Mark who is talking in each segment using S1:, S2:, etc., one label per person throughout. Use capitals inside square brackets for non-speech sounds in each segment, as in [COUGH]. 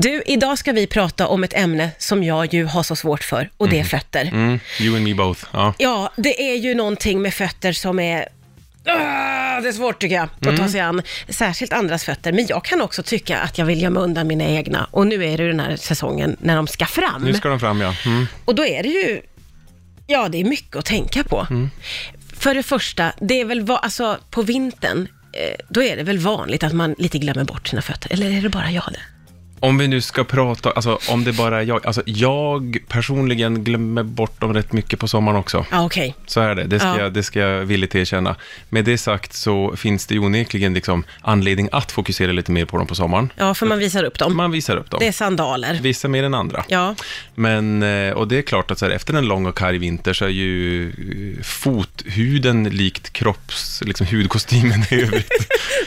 S1: Du, idag ska vi prata om ett ämne som jag ju har så svårt för, och det är fötter.
S2: Mm, you and me both. Ja.
S1: Ja, det är ju någonting med fötter som är... Ah, det är svårt tycker jag, att ta sig an. Särskilt andras fötter. Men jag kan också tycka att jag vill gömma undan mina egna. Och nu är det ju den här säsongen när de ska fram.
S2: Nu ska de fram ja. Mm.
S1: Och då är det ju... Ja, det är mycket att tänka på. För det första, det är väl va- alltså, på vintern, eh, då är det väl vanligt att man lite glömmer bort sina fötter. Eller är det bara jag det?
S2: Om vi nu ska prata, alltså om det bara är jag, alltså jag personligen glömmer bort dem rätt mycket på sommaren också.
S1: Ja, okej.
S2: Så är det, det ska,
S1: Ja.
S2: jag, det ska jag villigt erkänna. Med det sagt så finns det ju onekligen liksom anledning att fokusera lite mer på dem på sommaren.
S1: Ja, för man visar upp dem.
S2: Man visar upp dem,
S1: Det är sandaler.
S2: vissa mer än andra.
S1: Ja,
S2: Men, eh, och det är klart att så här, efter en lång och karg vinter så är ju eh, fothuden likt kropps, liksom hudkostymen i
S1: [LAUGHS]
S2: övrigt.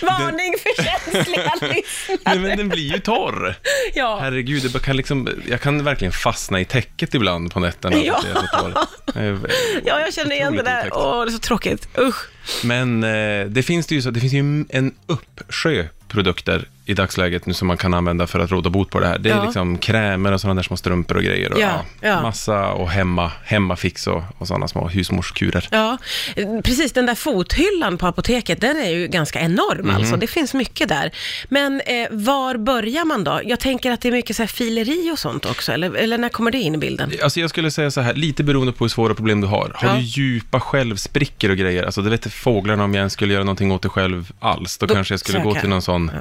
S1: varning för känsliga lyssnare.
S2: [LAUGHS] Nej men den blir ju torr.
S1: Ja,
S2: Herregud, jag kan, liksom, jag kan verkligen fastna i täcket ibland på nätterna. för att det är så torr. Eh,
S1: ja, jag känner igen det
S2: Otroligt
S1: där.
S2: otäckt.
S1: Åh, det är så tråkigt. Usch.
S2: Men eh, det finns det ju, så, det finns ju en uppsjö produkter i dagsläget nu som man kan använda för att råda bot på det här. Det är
S1: Ja.
S2: liksom krämer och sådana där små strumpor och grejer. Och,
S1: Ja, ja.
S2: Massa och hemma, hemmafix och, och sådana små husmorskurer.
S1: Ja, eh, precis. Den där fothyllan på apoteket, den är ju ganska enorm
S2: Mhm.
S1: alltså. Det finns mycket där. Men eh, var börjar man då? Jag tänker att det är mycket så här fileri och sånt också, eller, eller när kommer det in i bilden?
S2: Alltså jag skulle säga så här, lite beroende på hur svåra problem du har. Har
S1: Ja.
S2: du djupa självsprickor och grejer, alltså det vet fåglarna om jag ens skulle göra någonting åt det själv alls, då,
S1: Då-
S2: kanske jag skulle gå
S1: säkert.
S2: till någon sån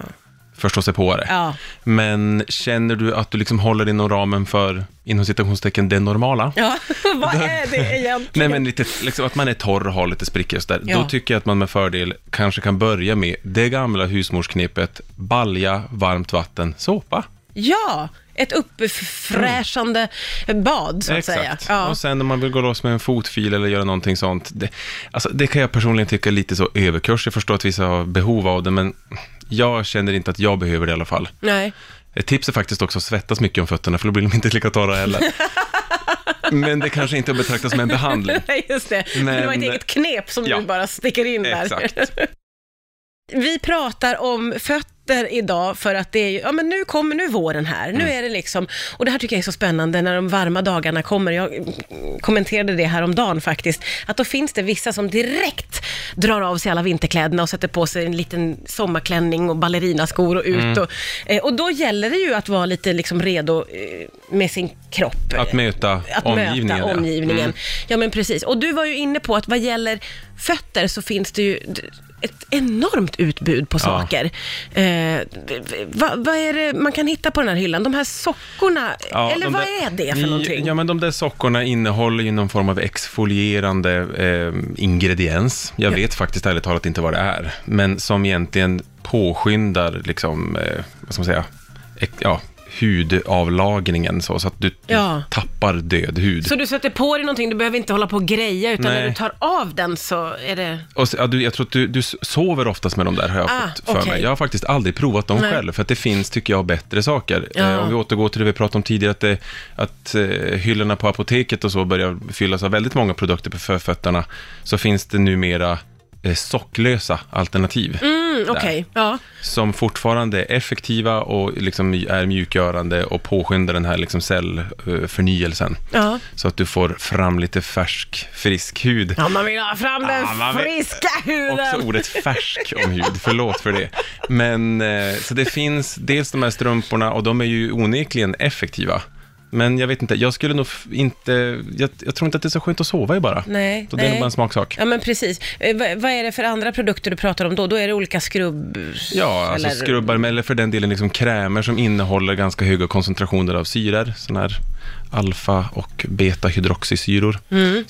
S2: förståsigpåare.
S1: Ja.
S2: Men känner du att du liksom håller inom ramen för, inom citationstecken, det normala?
S1: Ja, [LAUGHS] vad är det egentligen?
S2: Nej, men lite, liksom, att man är torr och har lite sprickor och sådär.
S1: Ja.
S2: Då tycker jag att man med fördel kanske kan börja med det gamla husmorsknepet, balja, varmt vatten, såpa.
S1: Ja, ett uppfräschande bad, så att säga.
S2: Exakt.
S1: Ja.
S2: Och sen om man vill gå loss med en fotfil eller göra någonting sånt. Det, alltså, det kan jag personligen tycka är lite så överkurs. Jag förstår att vissa har behov av det, men jag känner inte att jag behöver det i alla fall.
S1: Nej.
S2: Ett tips är faktiskt också att svettas mycket om fötterna, för då blir de inte lika torra
S1: [LAUGHS]
S2: heller. men det kanske inte betraktas som
S1: [LAUGHS]
S2: en behandling.
S1: Nej, just det. Men, det var ett
S2: Men-
S1: eget knep som
S2: Ja.
S1: du bara sticker in där.
S2: Exakt.
S1: Vi pratar om fötter idag för att det är ju, ja men nu kommer nu är våren här, nu
S2: Mm.
S1: är det liksom, och det här tycker jag är så spännande när de varma dagarna kommer, jag mm, kommenterade det här om dagen faktiskt, att då finns det vissa som direkt drar av sig alla vinterkläderna och sätter på sig en liten sommarklänning och ballerinaskor och ut
S2: Mm.
S1: och, eh, och då gäller det ju att vara lite liksom redo eh, med sin kropp
S2: Att möta
S1: att
S2: omgivningen.
S1: möta
S2: ja.
S1: omgivningen. Ja.
S2: Mm.
S1: men precis. Och du var ju inne på att vad gäller fötter så finns det ju d- ett enormt utbud på saker. Eh, d- vad, vad är det man kan hitta på den här hyllan? De här sockorna,
S2: Ja,
S1: eller
S2: de
S1: vad
S2: där- Mm,
S1: är det för någonting?
S2: Ja, men de där sockorna innehåller ju någon form av exfolierande eh, ingrediens. Jag vet faktiskt ärligt talat inte vad det är, men som egentligen påskyndar, liksom, eh, vad ska man säga, ek, ja, hudavlagringen så, så att du,
S1: Ja.
S2: du tappar död hud.
S1: Så du sätter på dig någonting, du behöver inte hålla på och greja, utan
S2: Nej.
S1: när du tar av den så är det...
S2: Och så, ja, du, jag tror att du, du sover oftast med de där, har jag
S1: Ah,
S2: fått för
S1: okej.
S2: mig. Jag har faktiskt aldrig provat dem
S1: Nej.
S2: själv, för att det finns, tycker jag, bättre saker.
S1: Ja.
S2: Eh, om vi återgår till det vi pratade om tidigare, att, det, att eh, hyllorna på apoteket och så börjar fyllas av väldigt många produkter för fötterna, så finns det numera eh, socklösa alternativ.
S1: Mm,
S2: Där.
S1: okej. Ja.
S2: Som fortfarande är effektiva och liksom är mjukgörande och påskyndar den här liksom cellförnyelsen.
S1: Ja.
S2: Så att du får fram lite färsk, frisk hud.
S1: ja, man vill ha fram den
S2: Ja, man vill-
S1: friska
S2: Också
S1: huden.
S2: ordet färsk om hud, förlåt för det. Men eh, så det finns dels de här strumporna och de är ju onekligen effektiva. Men jag vet inte, jag skulle nog f- inte, jag, jag tror inte att det är så skönt att sova i bara.
S1: Nej,
S2: så det är
S1: nej.
S2: nog bara en smaksak.
S1: Ja, men precis. Eh, vad, vad är det för andra produkter du pratar om då? Då är det olika skrubb...
S2: Ja, alltså
S1: eller-
S2: skrubbar, men- eller för den delen liksom krämer som innehåller ganska höga koncentrationer av syror, sådana här alfa och beta-hydroxysyror,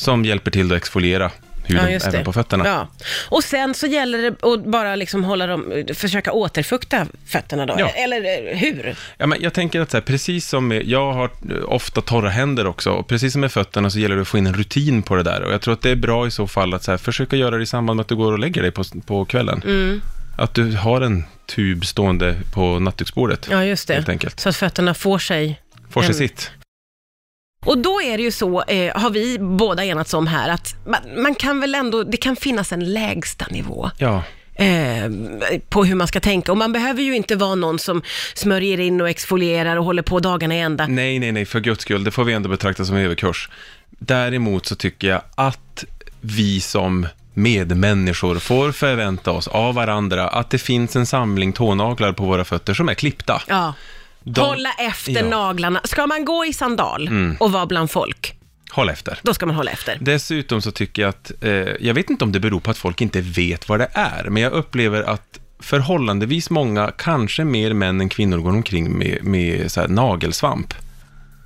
S2: som hjälper till att exfoliera huden
S1: Mm. just
S2: även
S1: det.
S2: på fötterna.
S1: Ja. Och sen så gäller det att bara liksom hålla dem, försöka återfukta fötterna då,
S2: Ja.
S1: eller eh, hur?
S2: Ja, men jag tänker att så här, precis som med, jag har eh, ofta torra händer också, och precis som med fötterna så gäller det att få in en rutin på det där. Och jag tror att det är bra i så fall att så här, försöka göra det i samband med att du går och lägger dig på, på kvällen.
S1: Mm.
S2: Att du har en tub stående på nattduksbordet,
S1: Ja, just
S2: helt
S1: det.
S2: enkelt.
S1: Så att fötterna får sig
S2: Får sig
S1: En-
S2: sitt.
S1: och då är det ju så, eh, har vi båda enats om här, att man, man kan väl ändå, det kan finnas en lägsta nivå.
S2: Ja.
S1: eh, på hur man ska tänka. Och man behöver ju inte vara någon som smörjer in och exfolierar och håller på dagarna i ända.
S2: Nej, nej, nej, för guds skull, det får vi ändå betrakta som överkurs. Däremot så tycker jag att vi som medmänniskor får förvänta oss av varandra att det finns en samling tånaglar på våra fötter som är klippta.
S1: Ja.
S2: De-
S1: Hålla efter
S2: Ja. Mm.
S1: naglarna. Ska man gå i sandal och vara bland folk,
S2: Håll efter.
S1: då ska man hålla efter.
S2: Dessutom så tycker jag att, eh, jag vet inte om det beror på att folk inte vet vad det är, men jag upplever att förhållandevis många, kanske mer män än kvinnor, går omkring med, med så här nagelsvamp.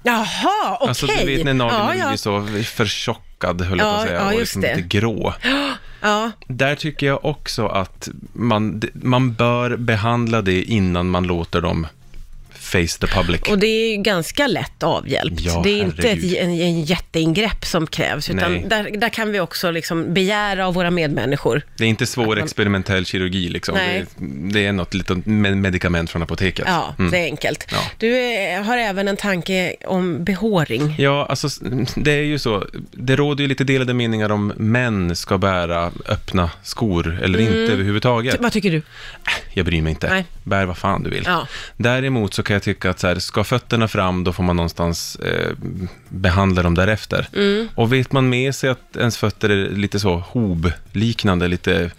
S1: Jaha, okej.
S2: Alltså du vet när nageln
S1: ja, ja.
S2: blir så förtjockad, höll
S1: Ja,
S2: jag på att säga,
S1: ja,
S2: och
S1: just
S2: liksom
S1: det.
S2: lite grå.
S1: ja.
S2: Där tycker jag också att man, man bör behandla det innan man låter dem face the public.
S1: Och det är ju ganska lätt avhjälpt.
S2: Ja,
S1: det är inte ett,
S2: herregud.
S1: en, en jätteingrepp som krävs,
S2: Nej.
S1: utan där, där kan vi också liksom begära av våra medmänniskor.
S2: Det är inte svår experimentell kirurgi liksom.
S1: Nej.
S2: Det, det är något litet me- medikament från apoteket.
S1: Ja,
S2: Mm.
S1: det är enkelt.
S2: Ja.
S1: Du eh, har även en tanke om behåring.
S2: Ja, alltså s- det är ju så. Det råder ju lite delade meningar om män ska bära öppna skor eller inte överhuvudtaget.
S1: Mm. Vad tycker du?
S2: Jag bryr mig inte.
S1: Nej.
S2: Bär vad fan du vill.
S1: Ja.
S2: Däremot så kan jag tycka att så här, ska fötterna fram, då får man någonstans eh, behandla dem därefter.
S1: Mm.
S2: Och vet man med sig att ens fötter är lite så hobliknande, lite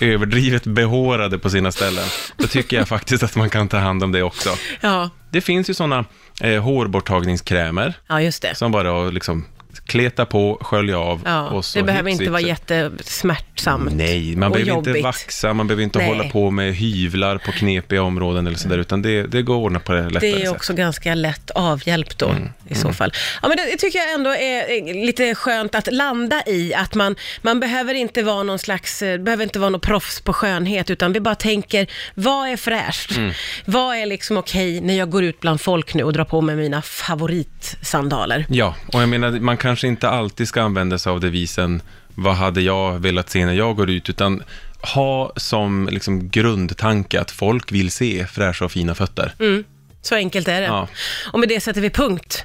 S2: överdrivet behårade på sina ställen, då tycker jag faktiskt att man kan ta hand om det också.
S1: Ja,
S2: Det finns ju sådana eh, hårborttagningskrämer
S1: ja just det.
S2: som bara liksom kleta på, skölja av
S1: Ja,
S2: och så
S1: det behöver
S2: hyfsigt
S1: inte vara
S2: så-
S1: jättesmärtsamt
S2: Nej, man
S1: och
S2: behöver inte
S1: jobbigt.
S2: vaxa, man behöver inte
S1: Nej.
S2: hålla på med hyvlar på knepiga områden eller sådär, utan det, det går att ordna på det lättare
S1: Det är
S2: sätt. Mm,
S1: också ganska lätt avhjälpt då, i så fall. Ja, men det tycker jag ändå är eh, lite skönt att landa i, att man, man behöver inte vara någon slags, eh, behöver inte vara någon proffs på skönhet, utan vi bara tänker, vad är fräscht?
S2: Mm.
S1: Vad är liksom okej när jag går ut bland folk nu och drar på mig mina favoritsandaler?
S2: Ja, och jag menar, man kanske inte alltid ska använda sig av devisen vad hade jag velat se när jag går ut, utan ha som liksom grundtanke att folk vill se fräscha och fina fötter.
S1: Så enkelt är det.
S2: Ja.
S1: Och med det sätter vi punkt